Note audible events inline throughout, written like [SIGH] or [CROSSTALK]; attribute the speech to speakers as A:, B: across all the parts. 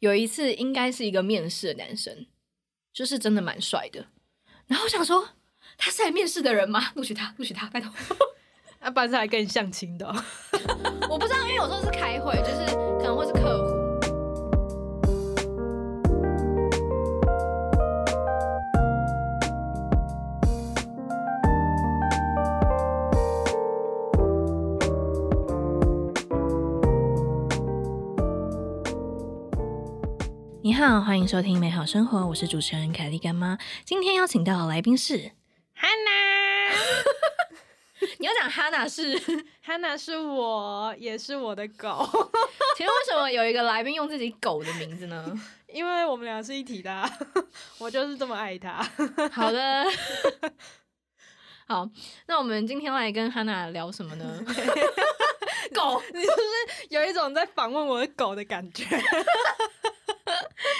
A: 有一次应该是一个面试的男生，就是真的蛮帅的。然后我想说，他是来面试的人吗？录取他，录取他，拜托。
B: [LAUGHS] 啊，不然是来跟你相亲的哦、
A: 我不知道，因为有时候是开会，就是可能会是客户。你好，欢迎收听《美好生活》，我是主持人凯莉干妈。今天邀请到的来宾是
B: 汉娜，
A: 你要讲哈娜是，请
B: 汉娜是我，也是我的狗， [LAUGHS]
A: 问为什么有一个来宾用自己狗的名字呢？
B: 因为我们俩是一体的啊、 [LAUGHS] 我就是这么爱它。
A: 好的， [LAUGHS] 好，那我们今天来跟哈娜聊什么呢？ [LAUGHS] 狗，
B: [LAUGHS] 你是不是有一种在访问我的狗的感觉？ [LAUGHS]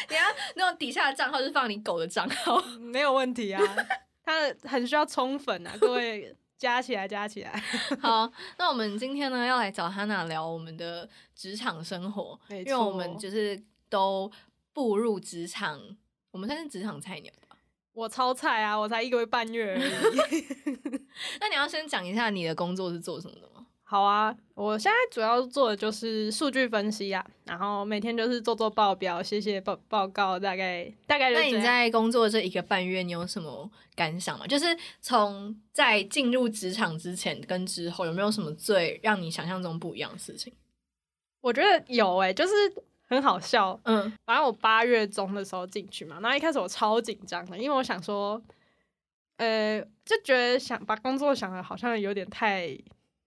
A: 等一下那种底下的账号就是放你狗的账号。
B: 没有问题啊，它很需要冲粉啊，各位加起来加起来，
A: 好，那我们今天呢要来找哈娜聊我们的职场生活，
B: 没
A: 因为我们
B: 错
A: 就是都步入职场，我们算是职场菜鸟吧。
B: 我超菜啊，我才一个半月而已。 [LAUGHS]
A: 那你要先讲一下你的工作是做什么的吗？
B: 好啊，我现在主要做的就是数据分析啊，然后每天就是做做报表、写写报报告，大概大概就
A: 那
B: 是这
A: 你
B: 样。
A: 在工作这一个半月，你有什么感想吗？就是从在进入职场之前跟之后，有没有什么最让你想象中不一样的事情？
B: 我觉得有诶、就是很好笑。
A: 嗯，
B: 反正我八月中的时候进去嘛，然后一开始我超紧张的，因为我想说，呃，就觉得想把工作想的好像有点太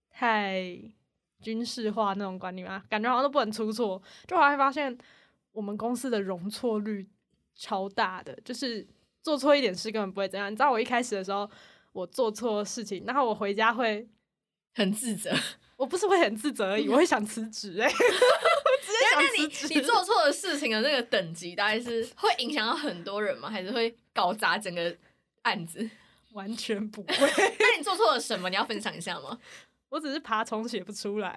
B: 太军事化那种管理嘛，感觉好像都不能出错。就后来发现我们公司的容错率超大的，就是做错一点事根本不会怎样。你知道我一开始的时候，我做错事情，然后我回家会，
A: 很自责。 [LAUGHS]
B: 我不是会很自责而已，我会想辞职哎、欸 [LAUGHS]
A: 那
B: 我
A: 你
B: 直接想辞职。
A: 你做错的事情的那个等级，大概是会影响到很多人吗？还是会搞砸整个案子？ [LAUGHS]
B: 完全不会。
A: 那你做错了什么？你要分享一下吗？ [LAUGHS]
B: 我只是爬虫写不出来，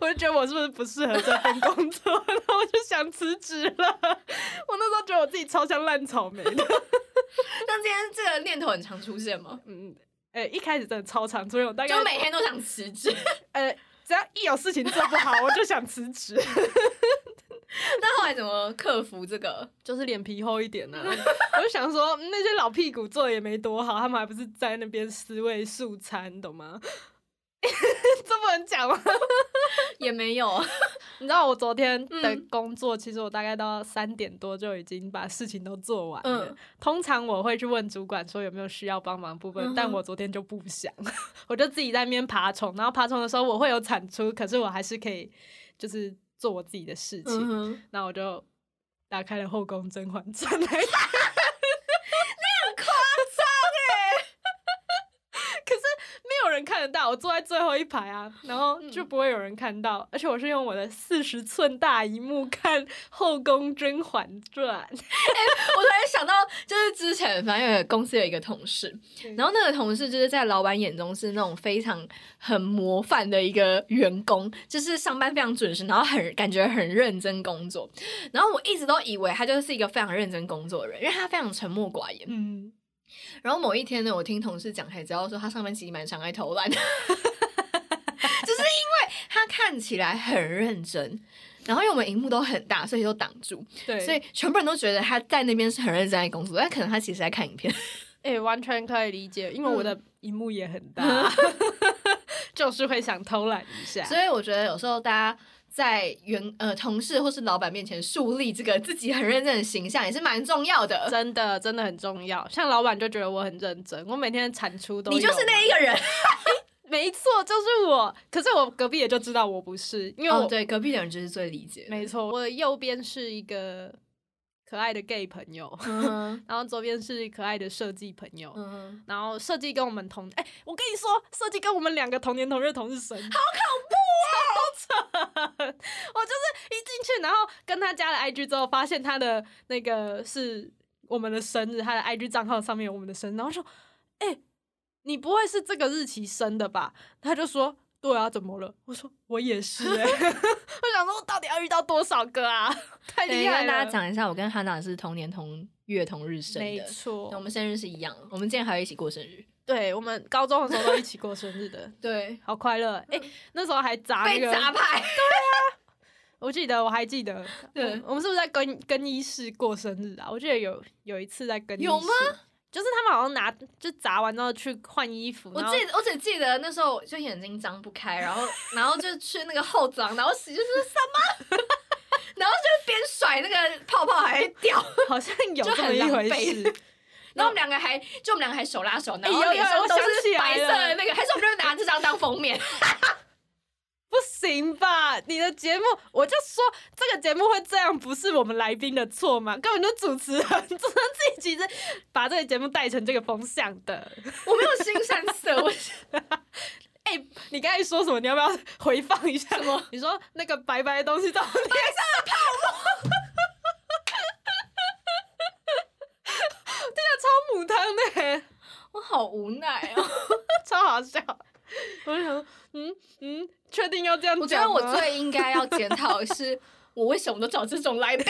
B: 我就觉得我是不是不适合这份工作，然后我就想辞职了。我那时候觉得我自己超像烂草莓的，
A: 那今天这个念头很常出现吗？
B: 嗯，哎、一开始真的超常出现，我大概
A: 就每天都想辞职。 [LAUGHS]
B: 呃，只要一有事情做不好，我就想辞职， [LAUGHS]
A: 那后来怎么克服这个？
B: 就是脸皮厚一点啊呢、我就想说，嗯那些老屁股做的也没多好，他们还不是在那边思维素餐，懂吗？ [LAUGHS] 这不能讲吗？
A: 也没有。啊
B: [LAUGHS] 你知道我昨天的
A: 嗯
B: 工作，其实我大概到三点多就已经把事情都做完了。
A: 嗯
B: 通常我会去问主管说有没有需要帮忙部分，
A: 嗯哼
B: 但我昨天就不想， [LAUGHS] 我就自己在那边爬虫。然后爬虫的时候我会有产出，可是我还是可以就是做我自己的事
A: 嗯
B: 情。
A: 哼
B: 那、我就打开了《后宫甄嬛传》来看。 [LAUGHS] 欸 [LAUGHS] 可是没有人看得到，我坐在最后一排啊，然后就不会有人看到，而且我是用我的四十寸大荧幕看《后宫甄嬛传》，
A: 我突然想到，就是之前反正有公司有一个同事，然后那个同事就是在老板眼中是那种非常很模范的一个员工，就是上班非常准时，然后很感觉很认真工作。然后我一直都以为他就是一个非常认真工作的人，因为他非常沉默寡言。
B: 嗯，
A: 然后某一天呢，我听同事讲才知道说他上班其实蛮常爱偷懒， [LAUGHS] 就是因为他看起来很认真。然后因为我们荧幕都很大，所以都挡住，
B: [LAUGHS] 对，
A: 所以全部人都觉得他在那边是很认真在工作，但可能他其实在看影片。
B: 哎、完全可以理解，因为我的荧幕也很大， [LAUGHS] 就是会想偷懒一下。
A: [LAUGHS] 所以我觉得有时候大家在员呃同事或是老板面前树立这个自己很认真的形象也是蛮重要的。
B: 真的真的很重要，像老板就觉得我很认真，我每天的产出都
A: 你就是
B: 有
A: 那一个人
B: 没错，就是我。可是我隔壁也就知道我不是，因为
A: [LAUGHS]
B: 我、
A: 哦，对，隔壁的人就是最理解的。
B: 没错，我的右边是一个可爱的 gay 朋友，
A: [LAUGHS] 嗯哼
B: 然后左边是可爱的设计朋友，
A: 嗯哼，
B: 然后设计跟我们同，哎、我跟你说，设计跟我们两个同年同月同日生，好
A: 哦
B: 恐怖啊、超扯！ [LAUGHS] 我就是一进去，然后跟他加了 IG 之后，发现他的那个是我们的生日，他的 IG 账号上面有我们的生日，然后说，哎、你不会是这个日期生的吧？他就说。对啊，怎么了？我说我也是、欸， [LAUGHS] 我想说我到底要遇到多少个啊？ [LAUGHS] 太厉害
A: 跟
B: 了！
A: 大家讲一下，我跟哈娜是同年同月同日生
B: 没
A: 的，
B: 错
A: 对，我们生日是一样的，我们之前还有一起过生日。
B: 对我们高中的时候都一起过生日的，
A: 对，
B: 好快乐！哎、那时候还砸那
A: 嗯被
B: 个，
A: 砸牌，
B: 我记得我还记得，
A: 对
B: 我我们是不是在更更衣室过生日啊？我记得有有一次在更衣室，
A: 有吗？
B: 就是他们好像拿就砸完之后去换衣服，
A: 我
B: 然后
A: 记得我只记得那时候就眼睛张不开，然后然后就去那个后脏，然后洗就是什么， [LAUGHS] 然后就边甩那个泡泡还会掉，
B: 好像有
A: 就
B: 这么
A: 很
B: 一
A: 狼
B: 回
A: 狈
B: 事。
A: 然后我们两个还就我们两个还手拉手，然后
B: 有有
A: 脸上
B: 我
A: 都
B: 哎想
A: 是
B: 起来
A: 白色
B: 了
A: 的那个，还是我们就拿这张当封面， [LAUGHS]
B: 不行吧？你的节目，我就说这个节目会这样，不是我们来宾的错嘛？根本就主持人， [LAUGHS] 主持人自己其实把这个节目带成这个风向的。
A: 我没有新山色，我是
B: 哎、你刚才说什么？你要不要回放一下？吗？你说那个白白的东西到底？白色的泡沫。 [LAUGHS] 这个超母汤的欸、
A: 我好无奈
B: [LAUGHS]
A: 哦。
B: 超好笑。我就想说，嗯嗯，确定要这样
A: 我觉
B: 讲
A: 得
B: 吗？
A: 我最应该要检讨的是，我为什么都找这种来宾？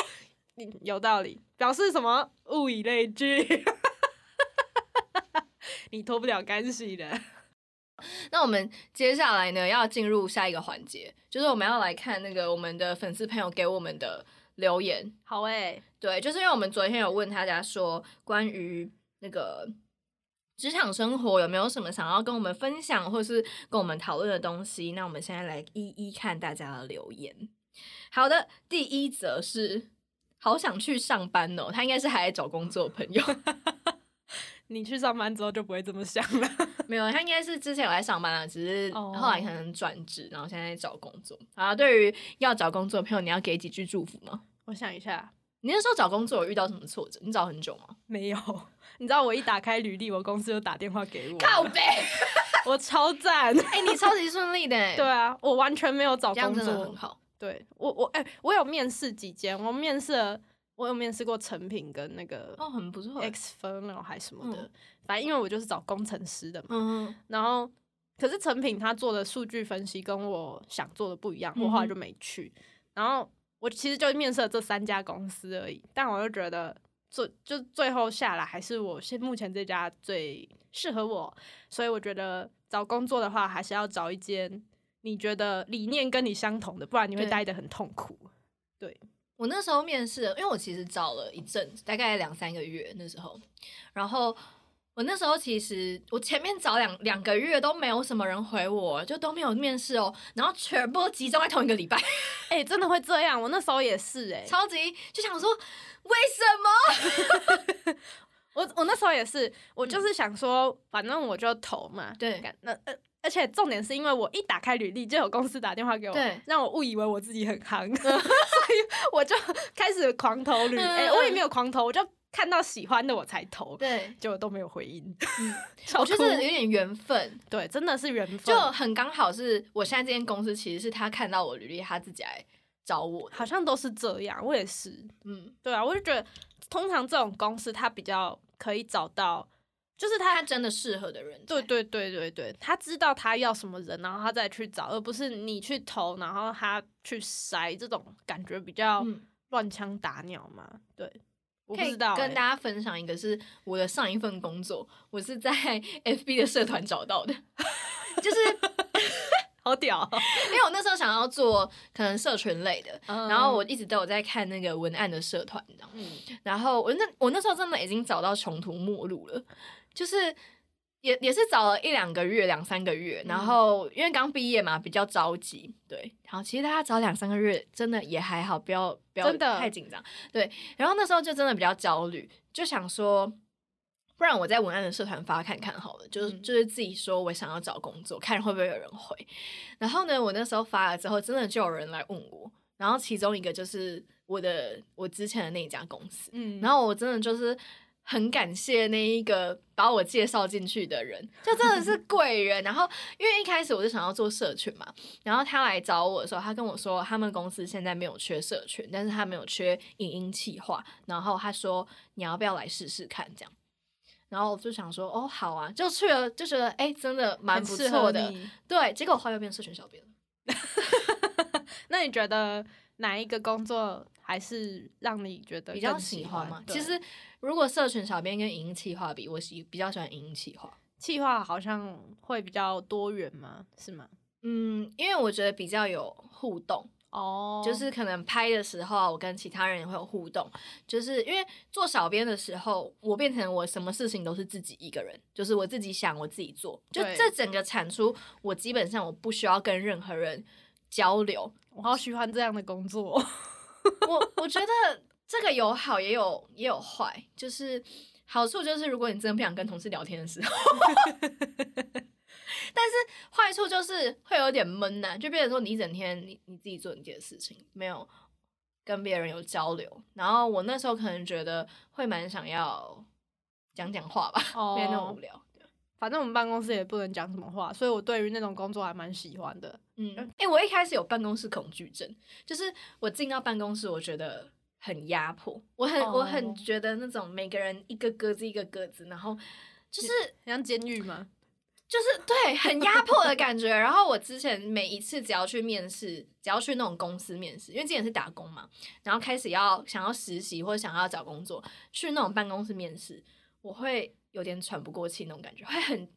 A: [LAUGHS]
B: 你有道理，表示什么物以类聚， [LAUGHS] 你脱不了干系的。
A: 那我们接下来呢，要进入下一个环节，就是我们要来看那个我们的粉丝朋友给我们的留言。
B: 好哎、
A: 对，就是因为我们昨天有问大家说关于那个职场生活有没有什么想要跟我们分享或是跟我们讨论的东西，那我们现在来一一看大家的留言。好的，第一则是好想去上班哦，他应该是还在找工作的 [LAUGHS] 朋友，
B: 你去上班之后就不会这么想了。
A: 没有，他应该是之前有在上班啊，只是
B: 哦
A: 后来可能转职，然后现在在找工作。啊，对于要找工作的朋友，你要给几句祝福吗？
B: 我想一下，
A: 你那时候找工作有遇到什么挫折？你找很久吗？
B: 没有。你知道我一打开履历，我公司就打电话给我，
A: 靠背，哎、
B: 我超赞。
A: 你超级顺利的、欸，
B: 对啊，我完全没有找
A: 这样
B: 工
A: 真的很
B: 作。
A: 好。
B: 对我我哎、我有面试几间，我面试了，我有面试过成品跟那个
A: 哦，很不错欸。
B: X f e r n a l 还什么的，
A: 嗯
B: 反正因为我就是找工程师的嘛。
A: 嗯，
B: 然后可是成品他做的数据分析跟我想做的不一样，
A: 嗯哼
B: 我后来就没去。然后我其实就面试了这三家公司而已，但我就觉得最就最后下来还是我现目前这家最适合我，所以我觉得找工作的话还是要找一间你觉得理念跟你相同的，不然你会
A: 对
B: 待得很痛苦。
A: 我那时候面试，因为我其实找了一阵子，大概两三个月那时候，然后。我那时候其实，我前面找两两个月都没有什么人回我，就都没有面试哦，然后全部都集中在同一个礼拜， [LAUGHS]
B: 哎、真的会这样，我那时候也是哎、
A: 超级就想说，为什么？
B: 我我那时候也是，我就是想说，反正我就投嘛。
A: 嗯对
B: 干，那呃，而且重点是因为我一打开履历，就有公司打电话给我，
A: 对
B: 让我误以为我自己很行，
A: [LAUGHS]
B: 所以我就 [LAUGHS] 开始狂投履。
A: 嗯
B: 哎、
A: 嗯
B: 我也没有狂投，我就看到喜欢的我才投，
A: 对，嗯
B: 结果都没有回音。
A: 我
B: 我
A: 觉得这有点缘分，
B: 对，真的是缘分，
A: 就很刚好是我现在这间公司，其实是他看到我履历，他自己来找我的。
B: 好像都是这样。我也是，
A: 嗯，
B: 对啊，我就觉得通常这种公司它比较可以找到，就是它
A: 他真的适合的人才。
B: 对对对对对，他知道他要什么人，然后他再去找，而不是你去投，然后他去筛，这种感觉比较
A: 嗯，
B: 乱枪打鸟嘛。对，我不
A: 可以
B: 知道、欸
A: 跟大
B: 家
A: 家分享一个是我的上一份工作，我是在 [LAUGHS] FB 的社团找到的， [LAUGHS] 就是
B: 好
A: [LAUGHS]
B: 屌哦、
A: 因为我那时候想要做可能社群类的，然
B: 然
A: 后我一直都有在看那个文案的社团，你知道吗？
B: 嗯
A: 然后我那我那时候真的已经找到穷途末路了，就是也也是找了一两个月、两三个月，
B: 嗯
A: 然后因为刚毕业嘛，比较着急，对。然后其实大家找两三个月真的也还好，不要不要
B: 真的
A: 太紧张，对。然后那时候就真的比较焦虑，就想说。不然我在文案的社团发看看好了，就是
B: 嗯
A: 就是自己说我想要找工作，看会不会有人回。然后呢，我那时候发了之后，真的就有人来问我，然后其中一个就是我的我之前的那一家公司，
B: 嗯
A: 然
B: 后
A: 后我真的就是很感谢那一个把我介绍进去的人，就真的
B: [LAUGHS]
A: 是贵人。然后因为一开始我就想要做社群嘛，然后他来找我的时候，他跟我说他们公司现在没有缺社群，但是他没有缺影音企划，然后他说你要不要来试试看这样。然后我就想说，哦，好啊，就去了，就觉得哎，真的蛮
B: 很
A: 不
B: 适
A: 错
B: 合
A: 的。
B: 你。
A: 对，结果我后来又变社群小编了。
B: 那你觉得哪一个工作还是让你觉得
A: 比较
B: 更
A: 喜
B: 喜
A: 欢
B: 欢
A: 嘛。
B: 对
A: 其实如果社群小编跟影音企划比，我喜比较喜欢影音企划。
B: 企划好像会比较多元嘛，是吗？
A: 嗯，因为我觉得比较有互动，
B: 哦
A: 就是可能拍的时候啊，我跟其他人也会有互动。就是因为做小编的时候，我变成我什么事情都是自己一个人，就是我自己想，我自己做。就
B: 对
A: 这整个产出，我基本上我不需要跟任何人交流。
B: 我好喜欢这样的工作。
A: 我我觉得这个有好也有也有坏，就是好处就是如果你真的不想跟同事聊天的时候，但是坏处就是会有点闷呐、就变成说你一整天你你自己做你自己的事情，没有跟别人有交流。然后我那时候可能觉得会蛮想要讲讲话吧，
B: 哦 [LAUGHS]
A: 没有那么无聊。
B: 反正我们办公室也不能讲什么话，所以我对于那种工作还蛮喜欢的。
A: 嗯，哎、我一开始有办公室恐惧症，就是我进到办公室，我觉得很压迫，我很、我很
B: 哦
A: 觉得那种每个人一个格子一个格子，然后就是
B: 很像监狱吗？
A: 就是对很压迫的感觉。然后我之前每一次只要去面试，只要去那种公司面试，因为之前是打工嘛，然后开始要想要实习或者想要找工作，去那种办公室面试，我会有点喘不过气那种感觉，会很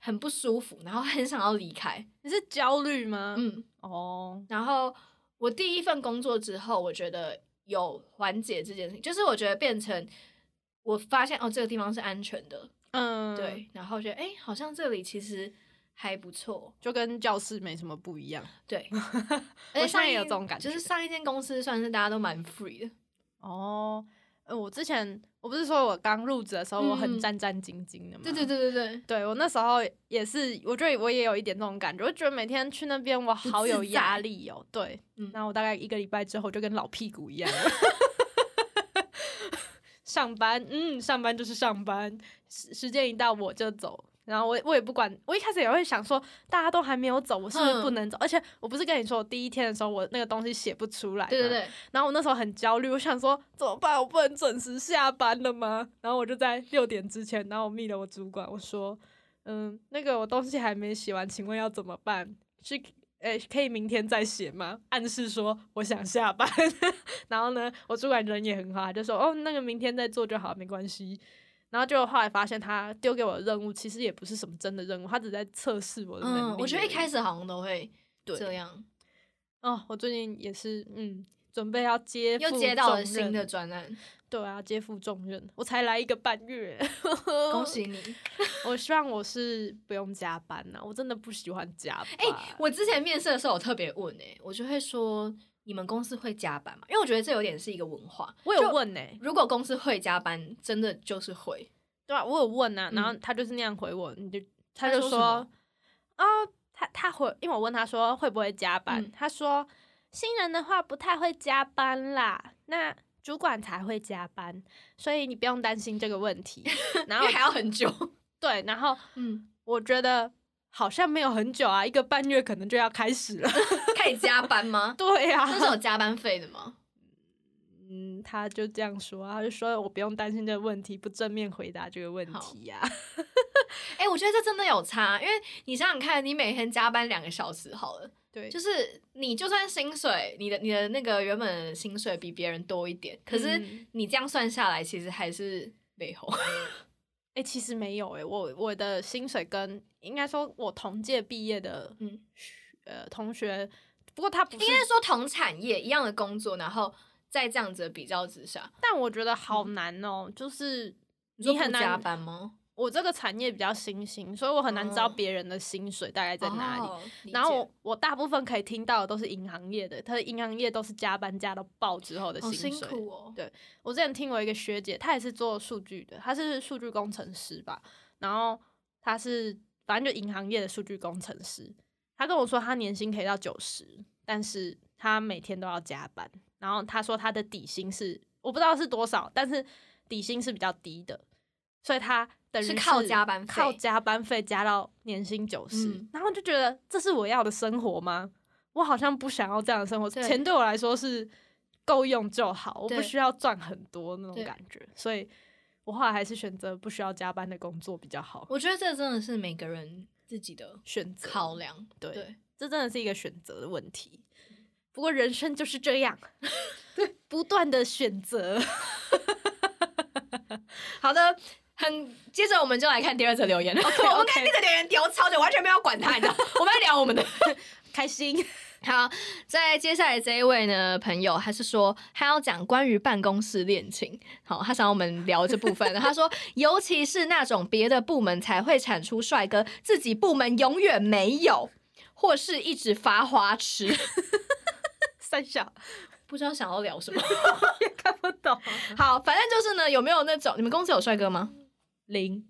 A: 很不舒服，然后很想要离开。
B: 你是焦虑吗？
A: 嗯。
B: 哦，
A: 然后我第一份工作之后，我觉得有缓解这件事情，就是我觉得变成我发现哦，这个地方是安全的，
B: 嗯，，
A: 对，然后觉得哎，诶好像这里其实还不错，
B: 就跟教室没什么不一样。
A: 对。
B: 我
A: 而且
B: 现在
A: 上
B: 也
A: 一
B: 有这种感
A: 哎就是
B: 觉
A: 上一间公司算是大家都蛮 free 的，
B: 哦，呃，我之前我不是说我刚入职的时候
A: 嗯
B: 我很
A: 嗯
B: 战战兢兢的吗？
A: 对对。对对对，
B: 对我那时候也是，我觉得我也有一点那种感觉，我觉得每天去那边我好有压力哦。对，
A: 嗯
B: 然后我大概一个礼拜之后就跟老屁股一样了。 [LAUGHS] 上班，嗯，上班就是上班，时时间一到我就走。然后我也我也不管，我一开始也会想说，大家都还没有走，我是不是不
A: 嗯
B: 能走？而且我不是跟你说，我第一天的时候我那个东西写不出来，
A: 对对。对，
B: 然后我那时候很焦虑，我想说怎么办？我不能准时下班了吗？然后我就在六点之前，然后我密了我主管，我说，嗯，那个我东西还没写完，请问要怎么办？是诶、可以明天再写吗？暗示说我想下班。 [LAUGHS] 然后呢，我主管人也很好，他就说哦，那个明天再做就好，没关系。然后就后来发现他丢给我的任务其实也不是什么真的任务，他只是在测试我的能力而
A: 嗯，
B: 已。
A: 我觉得一开始好像都会
B: 对
A: 这样，
B: 哦，我最近也是嗯，准备要接
A: 又
B: 负
A: 接到了
B: 重
A: 新的
B: 任
A: 专案，
B: 对啊，肩负重任，我才来一个半月。 [LAUGHS]
A: 恭！喜你！
B: 我希望我是不用加班呐、我真的不喜欢加班。
A: 哎、我之前面试的时候，我特别问哎、我就会说你们公司会加班吗？因为我觉得这有点是一个文化。
B: 我有
A: 就，
B: 问欸呢、
A: 如果公司会加班，真的就是会。
B: 对啊，我有问啊，然后
A: 嗯
B: 他就是那样回我，你就
A: 他
B: 他就
A: 说什
B: 说
A: 么
B: 啊、他他回，因为我问他说会不会加班，
A: 嗯
B: 他说新人的话不太会加班啦，那主管才会加班，所以你不用担心这个问 [LAUGHS] 题。
A: 因
B: 然后
A: 为还要很久。
B: [LAUGHS] 对，然后
A: 嗯，
B: 我觉得好像没有很久啊，一个半月可能就要 [LAUGHS] 开始了。？
A: 可以加班吗
B: 对啊呀、
A: [LAUGHS] 那是有加班费的吗？
B: 嗯，他就这样说啊，他就说我不用担心这个问题，不正面回答这个问题呀、
A: 哎、我觉得这真的有差，因为你想想看，你每天加班两个小时好了，
B: 对， [LAUGHS]
A: 就是是你就算薪水，你的你的那个原本的薪水比别人多一点，可是
B: 嗯
A: 你这样算下来，其实还是没红。
B: 哎、其实没有哎、我我的薪水跟应该说我同届毕业的
A: 嗯
B: 呃同学，不过
A: [LAUGHS]
B: 他不是
A: 应，该是说同产业一样的工作，然后在这样子的比较之下，
B: 但我觉得好难哦、就是
A: 说
B: 你很
A: 不加
B: 难。哦
A: 班吗？
B: 我这个产业比较新兴，所以我很难知道
A: 哦
B: 别人的薪水大概在哪里。
A: 哦理
B: 然后
A: 解
B: 我我大部分可以听到的都是银行业的，他的银行业都是加班加到爆之后的
A: 好
B: 薪水。
A: 辛苦哦，
B: 对我之前听我一个学姐，她也是做数据的，她是数据工程师吧，然后她是反正就银行业的数据工程师。她跟我说，她年薪可以到九十，但是她每天都要加班。然后她说她的底薪是我不知道是多少，但是底薪是比较低的，所以她等于
A: 是靠加班费
B: 靠加班费加到年薪九十、
A: 嗯
B: 然后就觉得这是我要的生活吗？我好像不想要这样的生活，
A: 对
B: 钱对我来说是够用就好，我
A: 对
B: 不需要赚很多那
A: 对
B: 种感觉，所以我后来还是选择不需要加班的工作比较好，
A: 我觉得这真的是每个人自己的
B: 选择
A: 考量。
B: 对
A: 对，
B: 这真的是一个选择的问题。不过人生就是这
A: [LAUGHS]
B: 样，对，不断的选择。
A: 好的，很接着我们就来看第二则留 [LAUGHS] 言。哦我们看
B: OK
A: 那个留言丢超久，完全没有管他， [LAUGHS] 你知道？我们要聊我们的。
B: 开心，
A: 好，在接下来这一位呢朋友，他是说他要讲关于办公室恋情。好，他想要我们聊这部分。他说，尤其是那种别的部门才会产出帅哥，自己部门永远没有，或是一直发花痴，
B: 三小
A: [LAUGHS] 不知道想要聊什么。
B: 也看不懂，
A: [LAUGHS] 好，反正就是呢，有没有那种你们公司有帅哥吗？
B: 零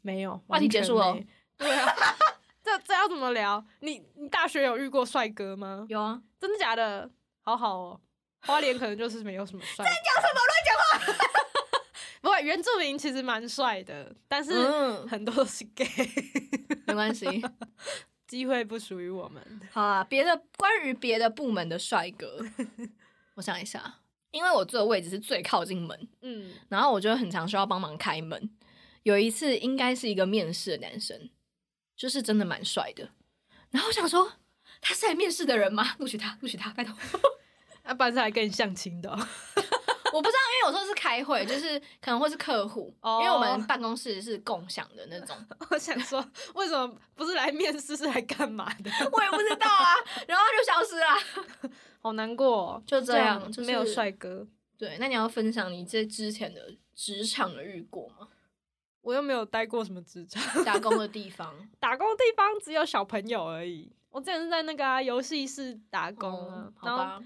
B: 没有，
A: 话题
B: 完全
A: 结束了哦
B: 没。对啊， [LAUGHS] 这这要怎么聊？你你大学有遇过帅哥吗？
A: 有啊，
B: 真的假的？好好哦，花莲可能就是没有什么帅。在讲什么？ [LAUGHS] 乱讲话！不过原住民其实蛮帅的，但是
A: 嗯，
B: 很多都是 gay，
A: 没关系。 [LAUGHS]
B: 机会不属于我们。
A: 好啊，别的关于别的部门的帅 [LAUGHS] 哥，我想一下，因为我坐的位置是最靠近门，
B: 嗯，
A: 然后我就很常需要帮忙开门。有一次应该是一个面试的男生，就是真的蛮帅的，然后我想说他是来面试的人吗？录取他，录取他， [LAUGHS] 拜托。
B: 那班上还跟你相亲的哦、 [LAUGHS]
A: 我不知道，因为有时候是开会，就是可能会是客户
B: 哦
A: 因为我们办公室是共享的那种，
B: 我想说，为什么不是来面试，是来干嘛
A: [LAUGHS]
B: 的？
A: [LAUGHS] 我也不知道啊， [LAUGHS] 然后他就消失了。
B: 好难过、哦，
A: 就这样就是
B: 没有帅哥，
A: 对，那你要分享你这之前的职场的遇过吗？
B: 我又没有待过什么职场，
A: [LAUGHS] 打工的地方，
B: 打工的地方只有小朋友而已。我之前是在那个啊游、戏室打工啊，
A: 嗯
B: 然
A: 好
B: 后
A: 吧？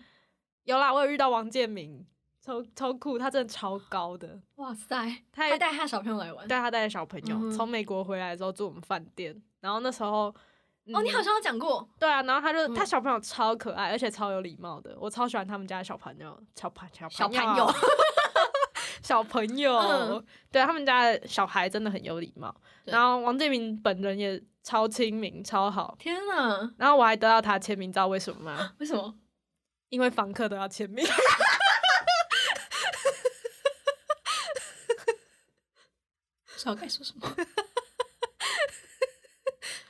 B: 有啦，我有遇到王建民，超超酷，他真的超高的，
A: 哇塞，
B: 他
A: 他
B: 也
A: 还带他小朋友来玩。
B: 带他带小朋友
A: 嗯哼
B: 从、美国回来之后住我们饭店，然后那时候。
A: 哦，你
B: 嗯
A: 好像有讲过，
B: 对啊，然后他就、他
A: 嗯
B: 小朋友超可爱，而且超有礼貌的，我超喜欢他们家的小朋友，小朋小
A: 小
B: 朋
A: 朋友
B: 小朋友，
A: 嗯
B: 对他们家的小孩真的很有礼貌。
A: 对
B: 然后王建民本人也超亲民，超好。
A: [LAUGHS] 天哪，
B: 然后我还得到他签名，你知道为什么吗？
A: 为什么？
B: 因为房客都要签名。
A: 不知道该说什么。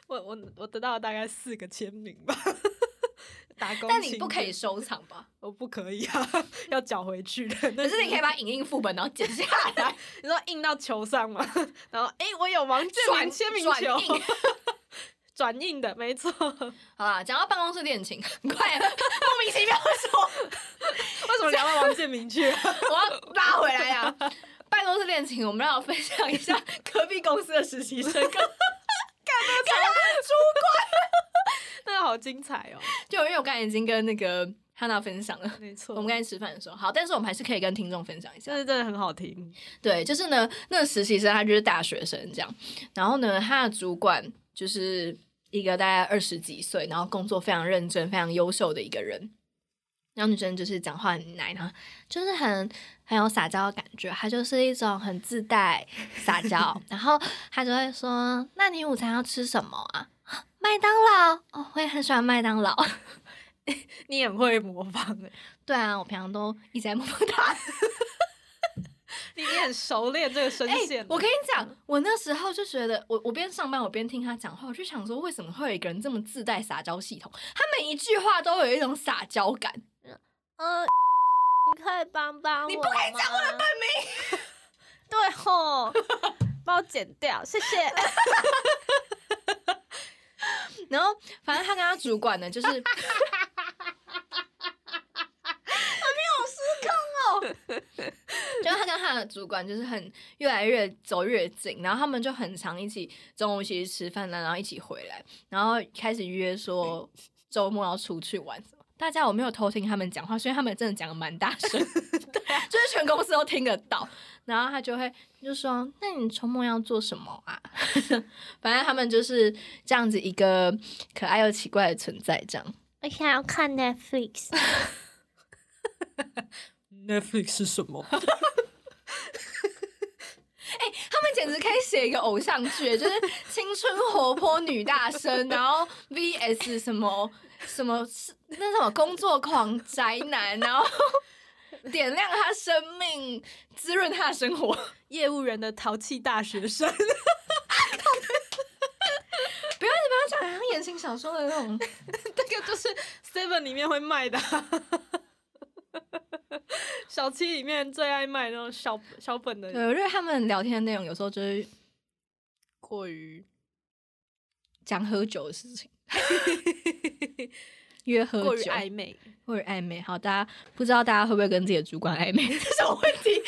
B: 我我我得到了大概四个签名吧。打工，
A: 但你不可以，收藏 [LAUGHS] 吧？
B: 我不可以啊，要缴回去的。
A: 可
B: 可
A: 是你可以把影印副本然后剪下来， [LAUGHS]
B: 你说印到球上嘛，然后诶，我有王建
A: 转
B: 民签名
A: 转
B: 球，
A: 印。 [LAUGHS]
B: 转印的，没错。为
A: 好啦，讲到办公室恋情， [LAUGHS] 很快莫名其妙地说 [LAUGHS]
B: 什么聊到王建民去了？啊
A: 我要拉回来呀。 [LAUGHS] 办公室恋情，我们要分享一下隔壁公司的实习生 [LAUGHS] 跟
B: [LAUGHS] 那个好精彩哦，
A: 就因为我刚才已经跟那个汉娜分享了，
B: 没错。
A: 我们刚才吃饭的时候，好，但是我们还是可以跟听众分享一下
B: 真。的真的很好听，
A: 对，就是呢，那个实习生他就是大学生这样，然后呢，他的主管就是一个大概二十几岁，然后工作非常认真、非常优秀的一个人。然后女生就是讲话很奶，然后就是很很有撒娇的感觉，她就是一种很自带撒娇。然后她就会说：“那你午餐要吃什么啊？ [GASPS] 啊麦当劳哦，我也很喜欢麦当劳。 [LAUGHS]
B: 你很会模仿哎，
A: 对啊，我平常都一直在模仿她。
B: 你你很熟练这个声
A: 哎、
B: 线。
A: 我跟你讲，我那时候就觉得，我我边上班我边听他讲话，我就想说，为什么会有一个人这么自带撒娇系统？他每一句话都有一种撒娇感，
B: 呃，哦你可以帮帮我，
A: 你不可以
B: 讲我的本名，对吼，帮我剪掉，谢谢。 [LAUGHS]
A: [LAUGHS] 然后反正他跟他主管呢，就是。好没有失控哦， [LAUGHS] 就是他跟他的主管就是很越来越走越近，然后他们就很常一起中午一起去吃饭啦，啊然后一起回来，然后开始约说周末要出去玩什么。大家我没有偷听他们讲话，所以他们真的讲的蛮大声， [LAUGHS] 就是全公司都听得到。然后他就会就说：“那你周末要做什么啊？”反正他们就是这样子一个可爱又奇怪的存在，这样。
C: 我想要看 Netflix。
B: [LAUGHS] Netflix 是什么？
A: 他们简直可以写一个偶像剧，就是青春活泼女大生，然后 [LAUGHS] VS 什么什么是那什么工作狂宅男，然后 [LAUGHS] 点亮他生命，滋润他的生活。
B: [LAUGHS] 业务员的淘气大学生，
A: 他讲像言情小说的那种，
B: [LAUGHS] 这个就是 Seven 里面会卖的 [LAUGHS] 啊、小七里面最爱卖那种小小本的，
A: 对，我觉得他们聊天的内容有时候就是
B: 过于
A: 讲喝酒的事 [LAUGHS] 情，约喝
B: 过于
A: 酒，
B: 暧昧。
A: 或者暧昧。好，大家不知道大家会不会跟自己的主管暧昧 [LAUGHS] 这种问题？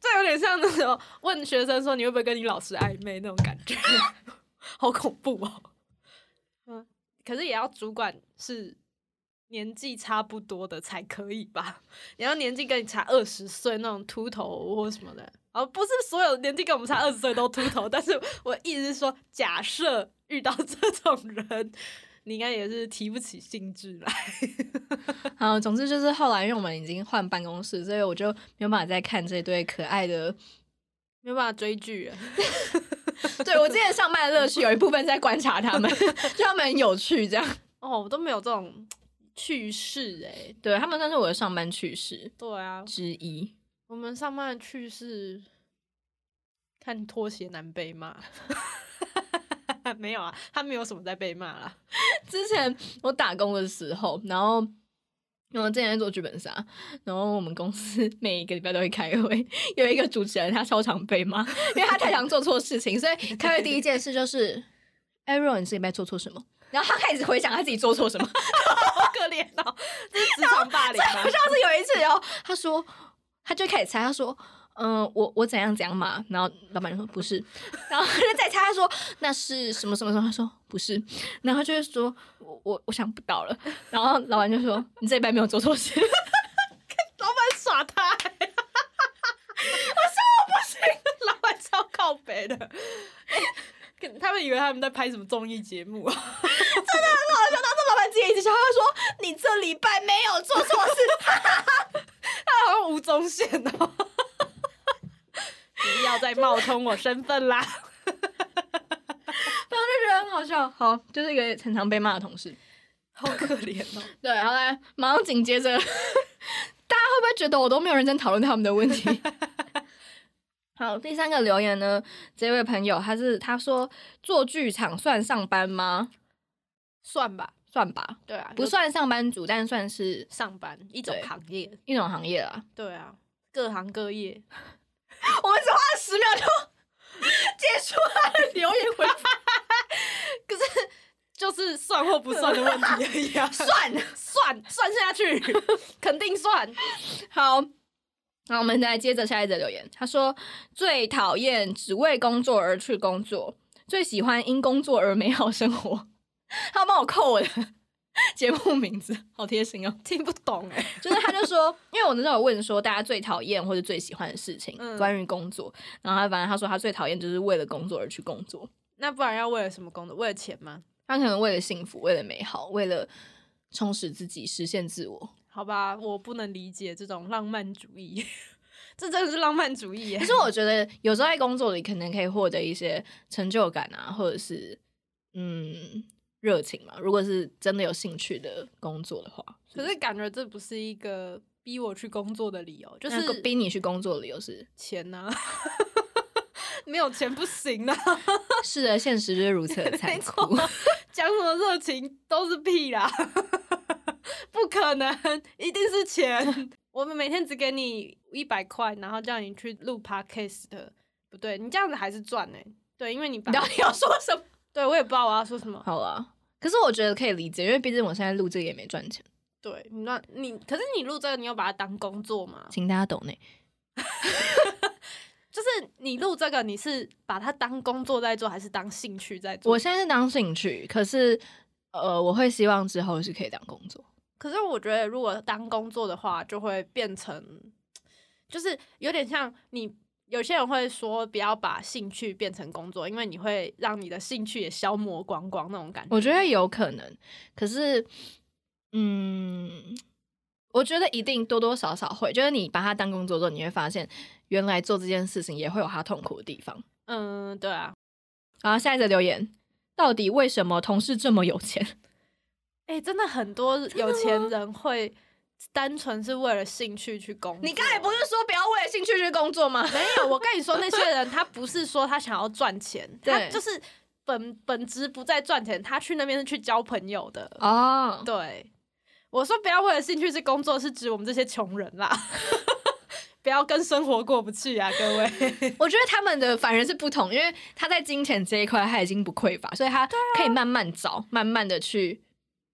B: 这有点像那种问学生说你会不会跟你老师暧昧那种感觉， [LAUGHS] 好恐怖哦。嗯，可是也要主管是年纪差不多的才可以吧？ [LAUGHS] 你要年纪跟你差二十岁那种秃头或什么的。哦，不是所有年纪跟我们差二十岁都秃 [LAUGHS] 头，但是我意思是说，假设遇到这种人， [LAUGHS] 你应该也是提不起兴致来。
A: 好，呃总之就是后来，因为我们已经换办公室，所以我就没有办法再看这对可爱的。
B: 没有办法追剧了，
A: 对我之前上班的乐趣有一部分在观察他们， [LAUGHS] 就他们很有趣，这样。
B: 哦，我都没有这种趣事哎、
A: 对他们算是我的上班趣事
B: 对啊，
A: 之一。 [LAUGHS]
B: 我们上班的趣事，看拖鞋男被骂， [LAUGHS] 没有啊，他没有什么在被骂啦。
A: 之前我打工的时候，然后。我之前在做剧本杀，然后我们公司每一个礼拜都会开会，有一个主持人他超常被骂，因为他太常做错事情，所以开会第一件事就是，Aaron 你这礼拜做错什么？然后他开始回想他自己做错什么，
B: 好可怜哦，这是职场霸凌吗 [LAUGHS]
A: 我？ [LAUGHS] 上次有一次，然后他说，他就开始猜，他说，嗯、我我怎样怎样嘛，然后老板就说不是， [LAUGHS] 然后他就再猜，他说那是什么什么什么，他说不是，然后他就会说，我我我想不到了，然后老板就说，你这一班没有做错事， [LAUGHS]
B: 老板耍他、 [LAUGHS] 欸，我说我不行，老板超靠北的。欸他们以为他们在拍什么综艺节目啊？
A: 老板直接一直笑，他说你这礼拜没有做错事，
B: 他好像吴宗宪哦， [LAUGHS] 不要再冒充我身份 [LAUGHS] 啦！
A: 然后就觉得很好笑，好，就是一个常常被骂的同事，
B: 好可怜哦。
A: 对，后来马上紧接着，大家会不会觉得我都没有认真讨论他们的问题？ [LAUGHS] 好，第三个留言呢，这位朋友他是他说做剧场算上班吗？
B: 算吧，
A: 算吧，
B: 对啊，
A: 不
B: 就
A: 算上班族，但算是
B: 上班一种
A: 对
B: 行业，
A: 一种行业啦。
B: 对啊，各行各业。
A: [LAUGHS] 我们只花了十秒就 [LAUGHS] 结束他的留言回复，
B: 就是算或不 [LAUGHS] 算的问题而已啊，
A: 算 [LAUGHS]
B: 算算下去，肯定算。
A: 好。那我们来接着下一则留言，他说最讨厌只为工作而去工作，最喜欢因工作而美好生活。他帮我扣我的 [LAUGHS] 节目名字，好贴心哦。
B: 听不懂哎、
A: 就是他就说，因为我那时候有问说大家最讨厌或者最喜欢的事情，
B: 嗯
A: 关于工作，然后他反正他说他最讨厌就是为了工作而去工作，
B: 那不然要为了什么工作？为了钱吗？
A: 他可能为了幸福，为了美好，为了充实自己，实现自我。
B: 好吧，我不能理解这种浪漫主义， [LAUGHS] 这真的是浪漫主义耶
A: 可是我觉得有时候在工作里可能可以获得一些成就感啊，或者是嗯热情嘛。如果是真的有兴趣的工作的话，
B: 可是感觉这不是一个逼我去工作的理由，就
A: 就是是逼你去工作的理由是
B: 钱呐、 [LAUGHS] 没有钱不行啊，
A: 是的，现实就是如此
B: [LAUGHS]
A: 的残
B: 没
A: [LAUGHS]
B: 错
A: 酷。
B: 讲什么热情都是屁啦， [LAUGHS] 不可能，一定
A: [LAUGHS]
B: 是钱。我们每天只给你一百块，然后叫你去录 podcast，不对，你这样子还是赚呢、对，因为你把
A: 你到底要说什么？
B: 对我也不知道我要说什么。
A: 好啦，可是我觉得可以理解，因为毕竟我现在录这个也没赚钱，
B: 对你那，你可是你录这个，你有把它当工作吗？
A: 请大家懂内。
B: 就是你录这个，你是把它当工作在做，还是当兴趣在做？
A: 我现在是当兴趣，可是呃，我会希望之后是可以当工作。
B: 可是我觉得，如果当工作的话，就会变成，就是有点像你有些人会说，不要把兴趣变成工作，因为你会让你的兴趣也消磨光光那种感觉。
A: 我觉得有可能，可是，嗯，我觉得一定多多少少会，就是你把它当工作之后，你会发现原来做这件事情也会有它痛苦的地方。
B: 嗯，对啊，
A: 然后下一则留言，到底为什么同事这么有钱？
B: 哎、真的很多有钱人会单纯是为了兴趣去工
A: [LAUGHS]
B: 作。
A: 你刚才不是说不要为了兴趣去工作吗？ [LAUGHS]
B: 没有，我跟你说，那些人他不是说他想要赚钱，他
A: 对
B: 就是本本职不在赚钱，他去那边是去交朋友的。
A: 哦，
B: 对，我说不要为了兴趣去工作，是指我们这些穷人啦， [LAUGHS] 不要跟生活过不去啊，各位。 [LAUGHS]
A: 我觉得他们的反而是不同，因为他在金钱这一块他已经不匮乏，所以他可以慢慢找，慢慢的去，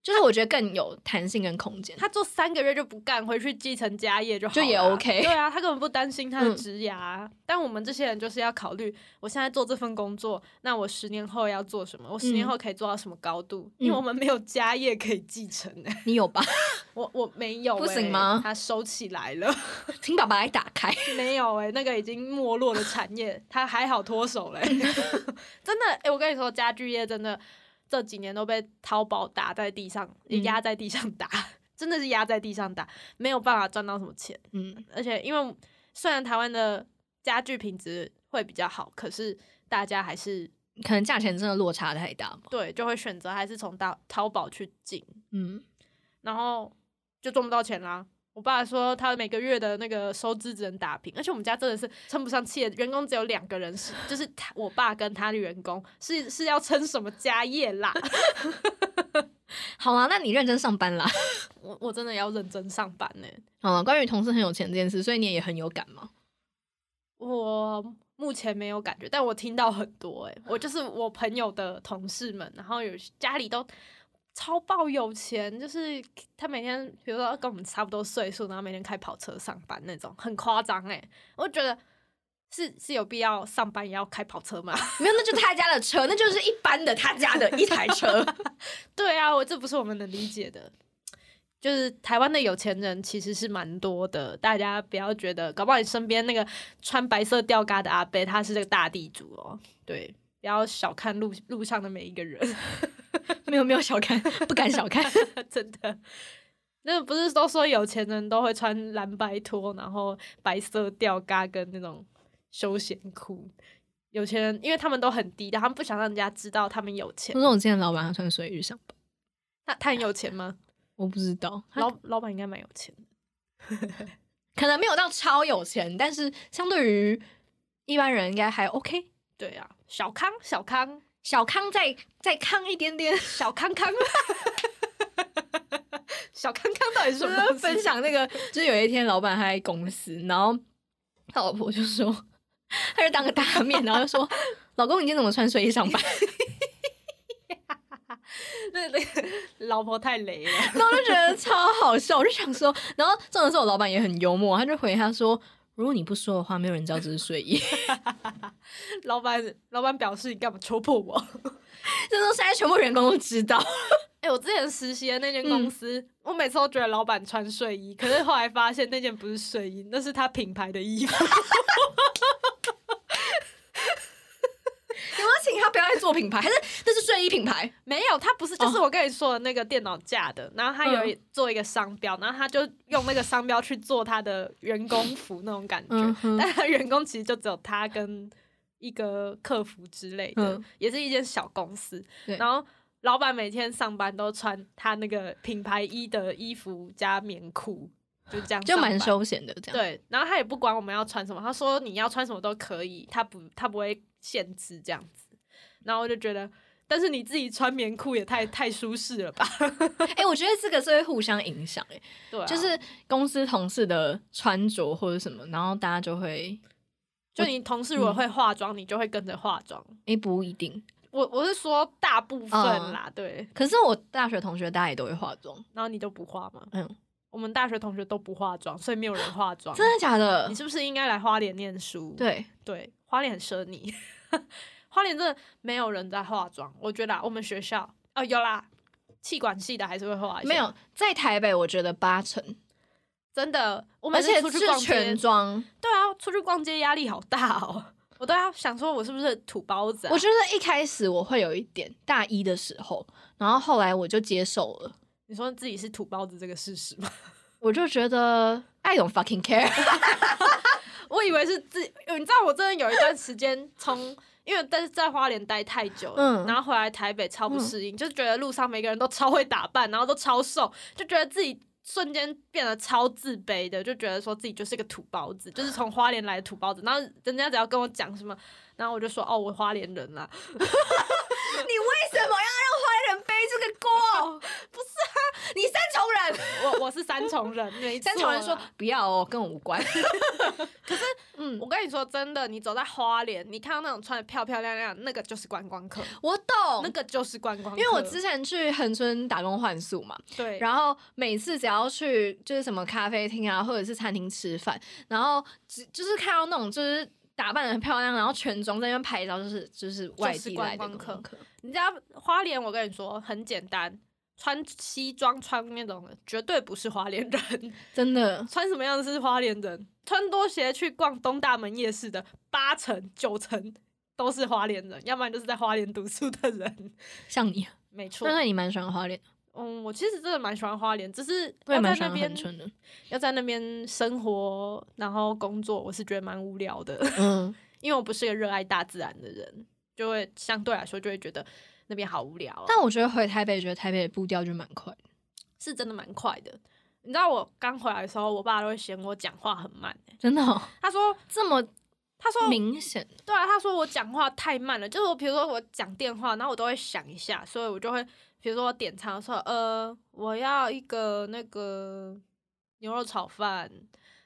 A: 就是我觉得更有弹性跟空间。
B: 他做三个月就不干，回去继承家业就好
A: 就
B: 啦
A: 也 OK
B: 对啊，他根本不担心他的
A: 嗯
B: 职涯啊、但我们这些人就是要考虑，我现在做这份工作，那我十年后要做什么？我十年
A: 嗯
B: 后可以做到什么高度？因为
A: 嗯
B: 我们没有家业可以继承、欸， [LAUGHS]
A: 你有吧？
B: 我我没有、
A: 不行
B: 欸
A: 吗
B: 他收起来了，
A: [LAUGHS] 请爸爸来打开。 [LAUGHS]
B: [LAUGHS] 没有哎、那个已经没落的产业，他还好脱手嘞、 [LAUGHS] 真的哎、欸我跟你说，家具业真的这几年都被淘宝打在地上，
A: 嗯
B: 压在地上打， [LAUGHS] 真的是压在地上打，没有办法赚到什么钱。
A: 嗯，
B: 而且因为虽然台湾的家具品质会比较好，可是大家还是
A: 可能价钱真的落差太大吧。
B: 对就会选择还是从大淘宝去进，
A: 嗯，
B: 然后就赚不到钱啦。我爸说他每个月的那个收支只能打平，而且我们家真的是撑不上气，员工只有两个人是，就是他我爸跟他的员工是是要撑什么家业啦？
A: 好啦，那你认真上班啦。
B: [LAUGHS] 我我真的要认真上班呢、
A: 好啦，关于同事很有钱这件事，所以你也很有感嘛。
B: 我目前没有感觉，但我听到很多哎、我就是我朋友的同事们，然后有家里都超爆有钱，就是他每天比如说跟我们差不多岁数，然后每天开跑车上班那种，很夸张哎，我就觉得是是有必要上班也要开跑车吗？
A: 没有，那就是他家的车，那就是一般的他家的一台车。 [LAUGHS]
B: 对啊，我这不是我们能理解的。就是台湾的有钱人其实是蛮多的，大家不要觉得，搞不好你身边那个穿白色吊嘎的阿伯，他是这个大地主哦。对，不要小看路路上的每一个人， [LAUGHS]
A: 没有没有小看，不敢小看。 [LAUGHS]
B: 真的。那不是都说有钱人都会穿蓝白拖，然后白色吊嘎跟那种休闲裤。有钱人因为他们都很低调，他们不想让人家知道他们有钱
A: 我。说我之前老板他穿水浴上班，
B: 他他很有钱吗？
A: 我不知道，他
B: 老老板应该蛮有钱的。
A: 可能没有到超有钱，但是相对于一般人应该还 OK。
B: 对啊，小康小康
A: 小康再再康一点点，
B: 小康康，小康康到底是什
A: 就
B: 么
A: 是
B: 东西
A: 分？享那个，就是有一天老板他在公司，然后他老婆就说， [LAUGHS] 他就当个大面，然后就说：“老公，你今天怎么穿睡衣上班 [LAUGHS]
B: 那那个老婆太雷了，？”
A: 然后我就觉得超好笑，我就想说，然后重点是我老板也很幽默，他就回他说：“如果你不说的话，没有人知道这是睡衣。 [LAUGHS]
B: 老板老板表示你干嘛戳破我？” [LAUGHS]
A: 这都现在全部员工都知道， [LAUGHS]
B: 哎、我之前实习的那间公司，我每次都觉得老板穿睡衣，可是后来发现那件不是睡衣，那是他品牌的衣服。 [LAUGHS]
A: 有没有请他不要再做品牌？还是这是睡衣品牌？
B: 没有，他不是，就是我跟你说的那个电脑架的，然后他有一做一个商标，然后他就用那个商标去做他的员工服那种感觉，
A: 嗯哼
B: 但他员工其实就只有他跟一个客服之类的，
A: 嗯
B: 也是一间小公司，
A: 对
B: 然后。老板每天上班都穿他那个品牌衣的衣服加棉裤，就这样
A: 就
B: 上
A: 蛮
B: 班
A: 休闲的这样。
B: 对，然后他也不管我们要穿什么，他说你要穿什么都可以，他不他不会限制这样子。然后我就觉得，但是你自己穿棉裤也太太舒适了吧？
A: 哎、我觉得这个是会互相影响、欸，
B: 对啊、
A: 就是公司同事的穿着或者什么，然后大家就会，
B: 就你同事如果
A: 嗯
B: 会化妆，你就会跟着化妆。
A: 哎、不一定。
B: 我我是说大部分
A: 嗯
B: 啦，对。
A: 可是我大学同学大家也都会化妆，
B: 然后你都不化吗？
A: 嗯，
B: 我们大学同学都不化妆，所以没有人化妆。
A: 真的假的
B: 你？是不是应该来花莲念书？
A: 对，
B: 对，花莲很适合你。 [LAUGHS] 花莲真的没有人在化妆，我觉得、啊、我们学校哦有啦，气管系的还是会化一下，
A: 没有在台北，我觉得八成，
B: 真的，我每
A: 而
B: 次
A: 且
B: 出去
A: 是
B: 逛街，
A: 全妆。
B: 对啊，出去逛街压力好大哦， [LAUGHS] 我都要想说我是不是土包子、啊？
A: 我觉得一开始我会有一点大一的时候，然后后来我就接受了，
B: 你说自己是土包子这个事实吗？
A: 我就觉得 I don't fucking care。
B: 我以为是自，你知道我真的有一段时间从。因为但是在花莲待太久了，
A: 嗯
B: 然后回来台北超不适应，就觉得路上每个人都超会打扮，然后都超瘦，就觉得自己瞬间变得超自卑的，就觉得说自己就是个土包子，就是从花莲来的土包子。然后人家只要跟我讲什么，然后我就说哦，我花莲人啦、
A: [LAUGHS] 你为什么要让花人背这个锅？不是啊，你三重人。
B: 我我是三重人，
A: [LAUGHS]
B: 没
A: 三重人
B: 错
A: 说
B: 啦
A: 不要哦，跟我无关。
B: 嗯我跟你说真的，你走在花莲，你看到那种穿的漂漂亮亮，那个就是观光客，
A: [LAUGHS] 我懂
B: 那个就是观光
A: 哦
B: 客。
A: 因为我之前去恒春打工换宿嘛，
B: 对，
A: 然后每次只要去就是什么咖啡厅啊，或者是餐厅吃饭，然后只就是看到那种就是打扮的很漂亮，然后全妆在那边拍照，就是就是外地来的
B: 就是观光
A: 客。
B: 你知道花莲，我跟你说很简单，穿西装穿那种的绝对不是花莲人，
A: 真的
B: 穿什么样的是花莲人？穿拖鞋去逛东大门夜市的八成九成都是花莲人，要不然就是在花莲读书的人。
A: 像你，
B: 没错
A: 那，那你蛮喜欢花莲的，
B: 嗯，我其实真的蛮喜欢花莲，只是
A: 我也
B: 要在
A: 蛮喜
B: 那
A: 欢
B: 边
A: 恒春
B: [LAUGHS]
A: 的。
B: 要在那边生活，然后工作，我是觉得蛮无聊的。 [LAUGHS]
A: 嗯，
B: 因为我不是一个热爱大自然的人，就会相对来说就会觉得那边好无聊、哦。
A: 但我觉得回台北，觉得台北的步调就蛮快的。
B: 是真的蛮快的。你知道我刚回来的时候，我爸都会嫌我讲话很慢、欸、
A: 真的哦、
B: 他说，
A: 这么
B: 他说，
A: 明显，
B: 对啊，他说我讲话太慢了。就是我比如说我讲电话，然后我都会想一下，所以我就会，比如说我点餐的时候，呃，我要一个那个牛肉炒饭，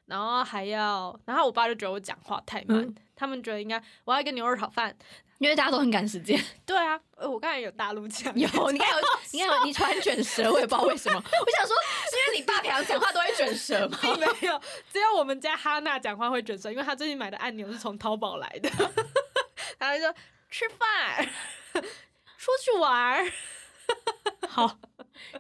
B: 然后还要，然后我爸就觉得我讲话太慢，
A: 嗯
B: 他们觉得应该我要一个牛肉炒饭。
A: 因为大家都很赶时
B: [LAUGHS]
A: 间。
B: 对啊，呃，我刚才有大陆腔，
A: 有，
B: [LAUGHS]
A: 你看有，你看有，你突然卷舌，我也不知道为什么。我想说，是因为你爸平常讲话都会卷舌吗？
B: [LAUGHS] 并没有，只有我们家哈娜讲话会卷舌，因为她最近买的按钮是从淘宝来的。 [LAUGHS] 她就说吃饭，出去玩儿。
A: 好，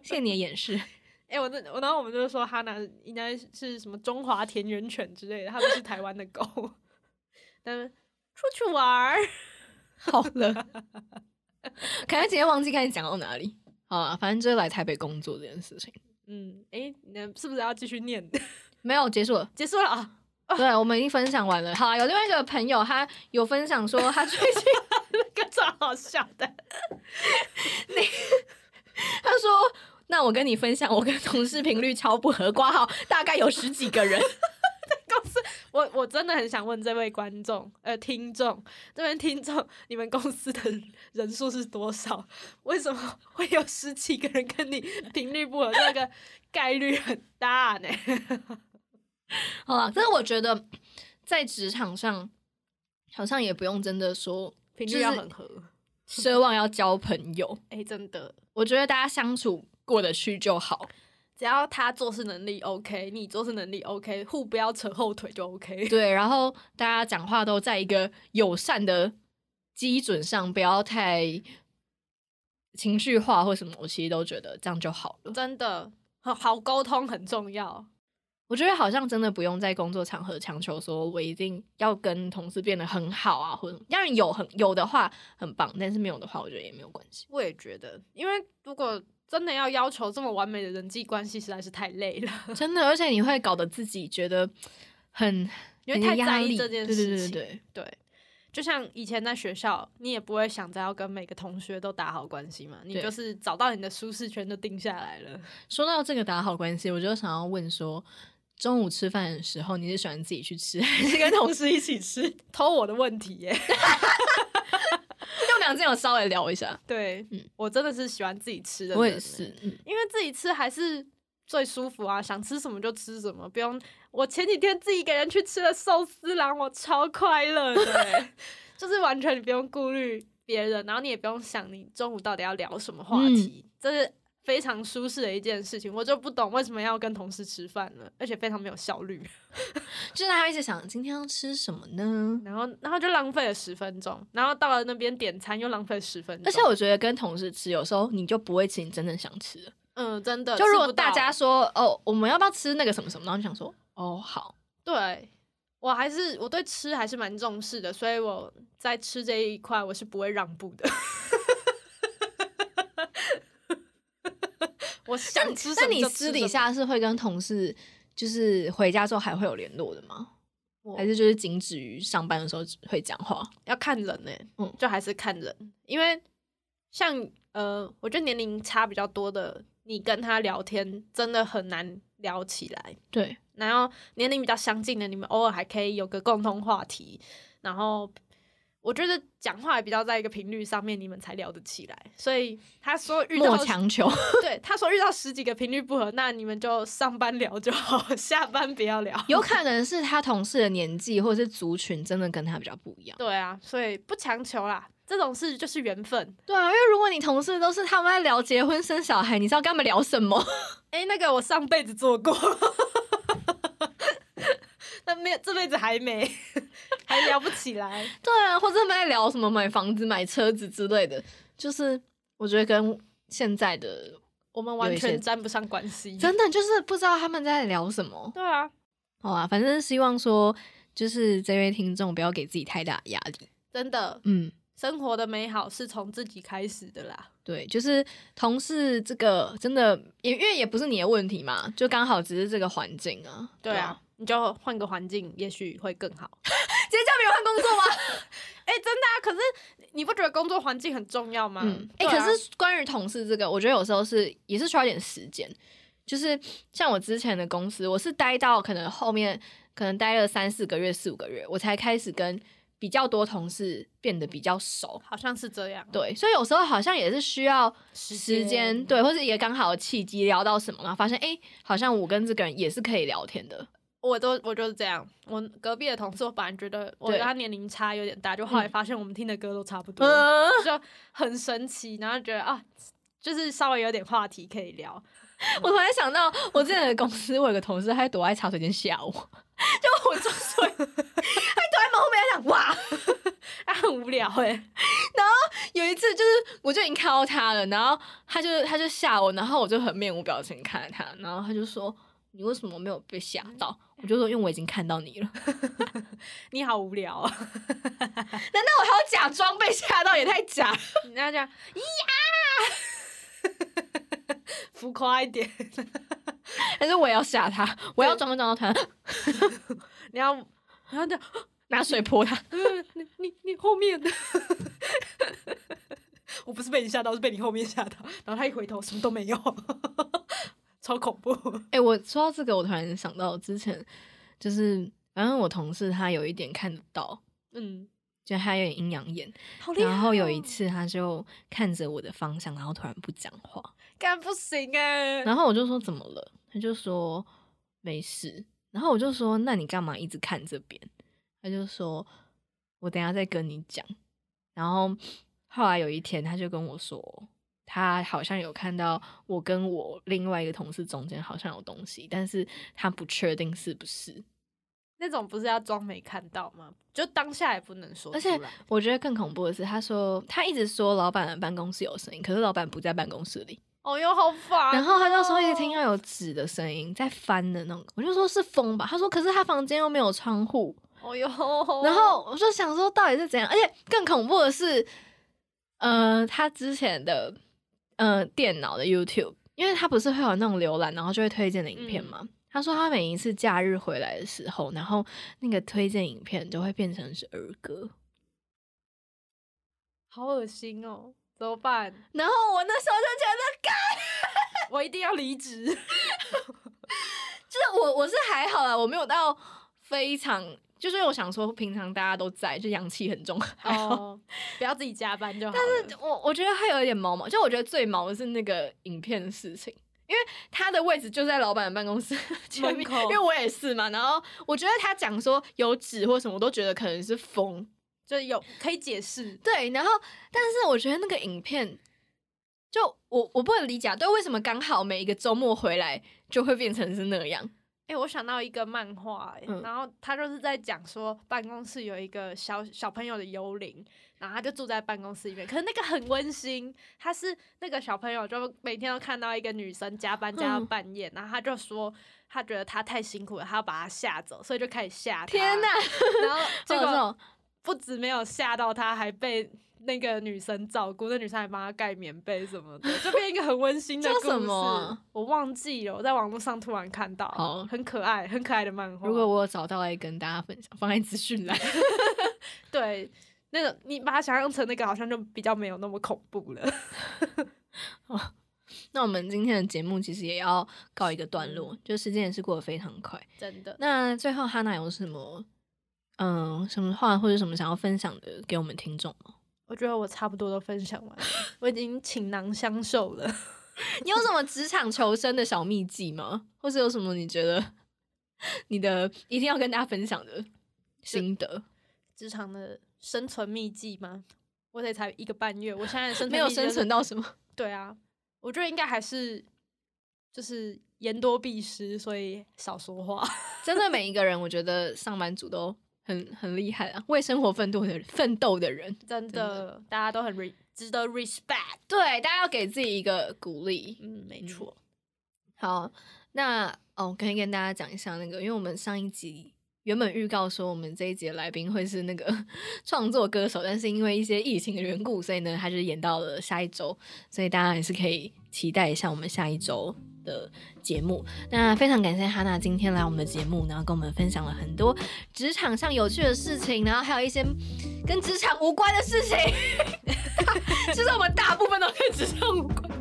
A: 谢谢你的演示。
B: 哎、我那我然后我们就说哈娜应该是什么中华田园犬之类的，它不是台湾的狗。 [LAUGHS] 但是出去玩儿，
A: 好了， [LAUGHS] 感觉今天忘记刚才讲到哪里。好啊，反正就是来台北工作这件事情，
B: 嗯，哎、你是不是要继续念？ [LAUGHS]
A: 没有结束了。
B: 结束了啊！ [LAUGHS]
A: 对，我们已经分享完了。好啊、有另外一个朋友，他有分享说他最近，
B: 那个超好笑的，
A: 他说。那我跟你分享，我跟同事频率超不合，挂号大概有十几个人。 [LAUGHS]
B: 公司我我真的很想问这位观众呃听众，这位听众，你们公司的人数是多少？为什么会有十几个人跟你频率不合？这个概率很大呢。
A: 好了，但是我觉得在职场上，好像也不用真的说
B: [LAUGHS] 频
A: 率要很
B: 合，
A: 奢望要交朋友。
B: 哎、真的，
A: 我觉得大家相处过得去就好。
B: 只要他做事能力 OK，你做事能力 OK，互不要扯后腿就 OK。 [LAUGHS]
A: 对，然后大家讲话都在一个友善的基准上，不要太情绪化或什么。我其实都觉得这样就好了。
B: 真的，好好沟通很重要。
A: 我觉得好像真的不用在工作场合强求说我一定要跟同事变得很好啊，或者当然有很有的话很棒，但是没有的话，我觉得也没有关
B: [LAUGHS]
A: 系。
B: 我也觉得，因为如果真的要要求这么完美的人际关系，实在是太累了。
A: 真的，而且你会搞得自己觉得很
B: 因为
A: 很有
B: 太
A: 压
B: 在意
A: 力
B: 这件
A: 对对
B: 事
A: 对对对
B: 对，就像以前在学校，你也不会想着要跟每个同学都打好关系嘛，你
A: 对
B: 就是找到你的舒适圈就定下来了。
A: 说到这个打好关系，我就想要问说，中午吃饭的时候你是喜欢自己去吃，还是跟同事一起吃？
B: 偷我的问题耶， [LAUGHS]
A: 就我们俩之前有稍微聊一下，
B: 对、
A: 嗯
B: 我真的是喜欢自己吃的，欸
A: 我也是，，嗯
B: 因为自己吃还是。最舒服啊，想吃什么就吃什么，不用。我前几天自己一个人去吃了寿司郎，我超快乐的耶，
A: [LAUGHS]
B: 就是完全你不用顾虑别人，然后你也不用想你中午到底要聊什么话
A: 嗯
B: 题，这是非常舒适的一件事情。我就不懂为什么要跟同事吃饭了，而且非常没有效率。 [LAUGHS]
A: 就是他一直想今天要吃什么呢？
B: 然后然后就浪费了十分钟，然后到了那边点餐又浪费十分钟，
A: 而且我觉得跟同事吃，有时候你就不会吃你真正想吃的。
B: 嗯真的，
A: 就如
B: 吃
A: 果
B: 不到
A: 大家说哦，我们要不要吃那个什么什么，然后你想说哦好，
B: 对我还是我对吃还是蛮重视的，所以我在吃这一块我是不会让步的。 [LAUGHS] 我想吃什
A: 那
B: 么
A: 你
B: 就吃
A: 私底
B: 什么
A: 下是会跟同事就是回家之后还会有联络的吗？
B: 我
A: 还是就是仅止于上班的时候会讲话？
B: 要看人欸呢、
A: 嗯
B: 就还是看人，因为像呃，我觉得年龄差比较多的你跟他聊天真的很难聊起来。
A: 对，
B: 然后年龄比较相近的，你们偶尔还可以有个共同话题，然后我觉得讲话也比较在一个频率上面，你们才聊得起来。所以他说遇到
A: 莫强求。 [LAUGHS]
B: 对他说遇到十几个频率不合，那你们就上班聊就好，下班不要聊。
A: 有可能是他同事的年纪或者是族群真的跟他比较不一样。
B: [LAUGHS] 对啊，所以不强求啦，这种事就是缘分。
A: 对啊，因为如果你同事都是他们在聊结婚生小孩，你是要跟他们聊什么？
B: 哎，那个我上辈子做过， [LAUGHS] 那没有这辈子还没， [LAUGHS] 还聊不起来。
A: 对啊，或者他们在聊什么买房子、买车子之类的，就是我觉得跟现在的
B: [LAUGHS] 我们完
A: 有一
B: 全
A: 些
B: 沾不上关系。
A: 真的就是不知道他们在聊什么。
B: 对啊，
A: 好啊，反正希望说就是这位听众不要给自己太大压力。
B: 真的，
A: 嗯，
B: 生活的美好是从自己开始的啦。
A: 对，就是同事这个真的也因为也不是你的问题嘛，就刚好只是这个环境啊。 [LAUGHS]
B: 对啊，，你就换个环境，也许会更好。
A: 直接叫别人换工作吗？
B: 哎、真的啊！可是你不觉得工作环境很重要吗？
A: 嗯，哎、
B: 对啊
A: 可是关于同事这个，我觉得有时候是也是需要一点时间。就是像我之前的公司，我是待到可能后面可能待了三四个月、四五个月，我才开始跟比较多同事变得比较熟。
B: 好像是这样。
A: 对，所以有时候好像也是需要
B: 时
A: 时间，
B: 间
A: 对，或是一个刚好的契机聊到什么，然后发现哎、诶好像我跟这个人也是可以聊天的。
B: 我都我就是这样。我隔壁的同事，我本来觉得我跟他年龄差有点大，就后来发现我们听的歌都差不多，
A: 嗯，
B: 就很神奇。然后觉得啊，就是稍微有点话题可以聊。
A: [LAUGHS] 我突然想到，我之前的公司，我有个同事，他躲在茶水间吓我，就我装睡，他躲在门后面在想哇。
B: 啊，很无聊哎、
A: 有一次就是，我就已经看到他了，然后他就他就吓我，然后我就很面无表情看着他，然后他就说：“你为什么没有被吓到？”我就说：“因为我已经看到你了。”
B: 你好无聊啊！
A: [LAUGHS] 难道我还要假装被吓到？也太假了。
B: 你那这样，咿呀， [LAUGHS] 浮夸一点，
A: 但是我也要吓他，我要装装到他，
B: 你要，然后就
A: 拿水泼 [LAUGHS] 他。
B: 嗯，你你你后面的， [LAUGHS] 我不是被你吓到，是被你后面吓到。然后他一回头，什么都没有，超恐怖。
A: 哎、我说到这个，我突然想到之前就是，反正我同事他有一点看得到，
B: 嗯，
A: 就他有点阴阳眼，
B: 好厉害、哦
A: 然后有一，次他就看着我的方向，然后突然不讲话，
B: 干不行 [LAUGHS] 哎、
A: 然后我就说怎么了？他就说没事。然后我就说那你干嘛一直看这边？他就说我等一下再跟你讲。然后后来有一天他就跟我说，他好像有看到我跟我另外一个同事中间好像有东西，但是他不确定是不是。
B: 那种不是要装没看到吗？就当下也不能说
A: 而且我觉得更恐怖的是，他说他一直说老板的办公室有声音，可是老板不在办公室里。
B: 哦哟，好烦、
A: 然后他就说一直听，到有纸的声音在翻的那种，我就说是风吧。他说可是他房间又没有窗户，
B: 哦哟，
A: 然后我就想说到底是怎样，而且更恐怖的是，呃，他之前的呃电脑的 YouTube，因为他不是会有那种浏览，然后就会推荐的影片嘛。他说他每一次假日回来的时候，然后那个推荐影片就会变成是儿歌。
B: 好恶心哦，怎么办？
A: 然后我那时候就觉得，干
B: 我一定要离职。
A: 就是我我是还好啦，我没有到非常，就是因为我想说平常大家都在，就阳气 [LAUGHS] 很重，还好。
B: 哦，不要自己加班就好了。但是
A: 我我觉得还有一点毛毛，就我觉得最毛的是那个影片的事情，因为他的位置就在老板的办公室前面，
B: 门口
A: 因为我也是嘛。然后我觉得他讲说有纸或什么，我都觉得可能是风。
B: 就有可以解释，
A: 对，然后但是我觉得那个影片，就我我不能理解，对，为什么刚好每一个周末回来就会变成是那样？
B: 哎、我想到一个漫画、欸，
A: 嗯
B: 然后他就是在讲说办公室有一个小小朋友的幽灵，然后他就住在办公室里面，可是那个很温馨，他是那个小朋友就每天都看到一个女生加班加到
A: 嗯
B: 半夜，然后他就说他觉得她太辛苦了，他要把她吓走，所以就开始吓她。
A: 天哪！！
B: 然 [LAUGHS] 后结
A: 这
B: 果
A: 种
B: 不止没有吓到她，还被。那个女生照顾，那女生还帮她盖棉被什么的，就变一个很温馨的
A: 叫
B: 故事。
A: 什么啊
B: 我忘记了，我在网络上突然看到，
A: 好
B: 很可爱，很可爱的漫画。
A: 如果我有找到来跟大家分享，放在资讯栏。 [LAUGHS]
B: 对那个你把它想象成那个，好像就比较没有那么恐怖了。
A: 那我们今天的节目其实也要告一个段落，就时间也是过得非常快。
B: 真的。
A: 那最后哈娜有什么嗯什么话或者什么想要分享的给我们听众吗？ [LAUGHS]
B: 我觉得我差不多都分享完了，我已经倾囊相授了。
A: 你有什么职场求生的小秘籍吗？或是有什么你觉得你的一定要跟大家分享的心得？
B: 职场的生存秘籍吗？我得才一个半月，我现在的生存
A: 没有
B: 秘籍就
A: 生
B: 是
A: 存到什么？
B: 对啊，我觉得应该还是就是言多必失，所以少说话。
A: [LAUGHS]
B: [LAUGHS]
A: 真的每一个人，我觉得上班族都很很厉害啊，为生活奋斗的奋斗的人，
B: 真
A: 真的
B: 的，大家都很 re 值得 respect。
A: 对，大家要给自己一个鼓励。
B: 嗯，没错。
A: 好，那哦，可以跟大家讲一下那个，因为我们上一集原本预告说我们这一集的来宾会是那个 [LAUGHS] 创作歌手，但是因为一些疫情的缘故，所以呢，他就是演到了下一周，所以大家还是可以期待一下我们下一周。的节目，那非常感谢哈娜今天来我们的节目，然后跟我们分享了很多职场上有趣的事情，然后还有一些跟职场无关的事情， [LAUGHS] 其实我们大部分都跟职场无关。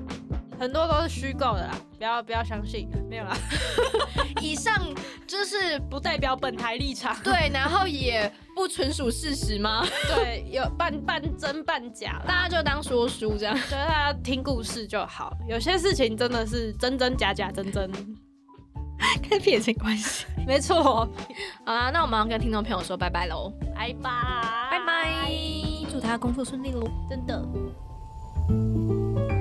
B: 很多都是虚构的啦，不要不要相信，没有啦， [LAUGHS]
A: 以上就是
B: 不代表本台立场。 [LAUGHS]
A: 对，然后也不纯属事实吗？
B: 对，有半半真半假啦，
A: 大家就当说书这样。
B: 觉得大家听故事就好。有些事情真的是真真假假，真 [LAUGHS] 真，
A: 跟撇清关系。
B: 没错。
A: 好啦，那我们要跟听众朋友说拜拜喽，
B: 拜拜，
A: 拜
B: 拜
A: 拜，祝大家工作顺利喽。
B: 真的。
A: 拜拜。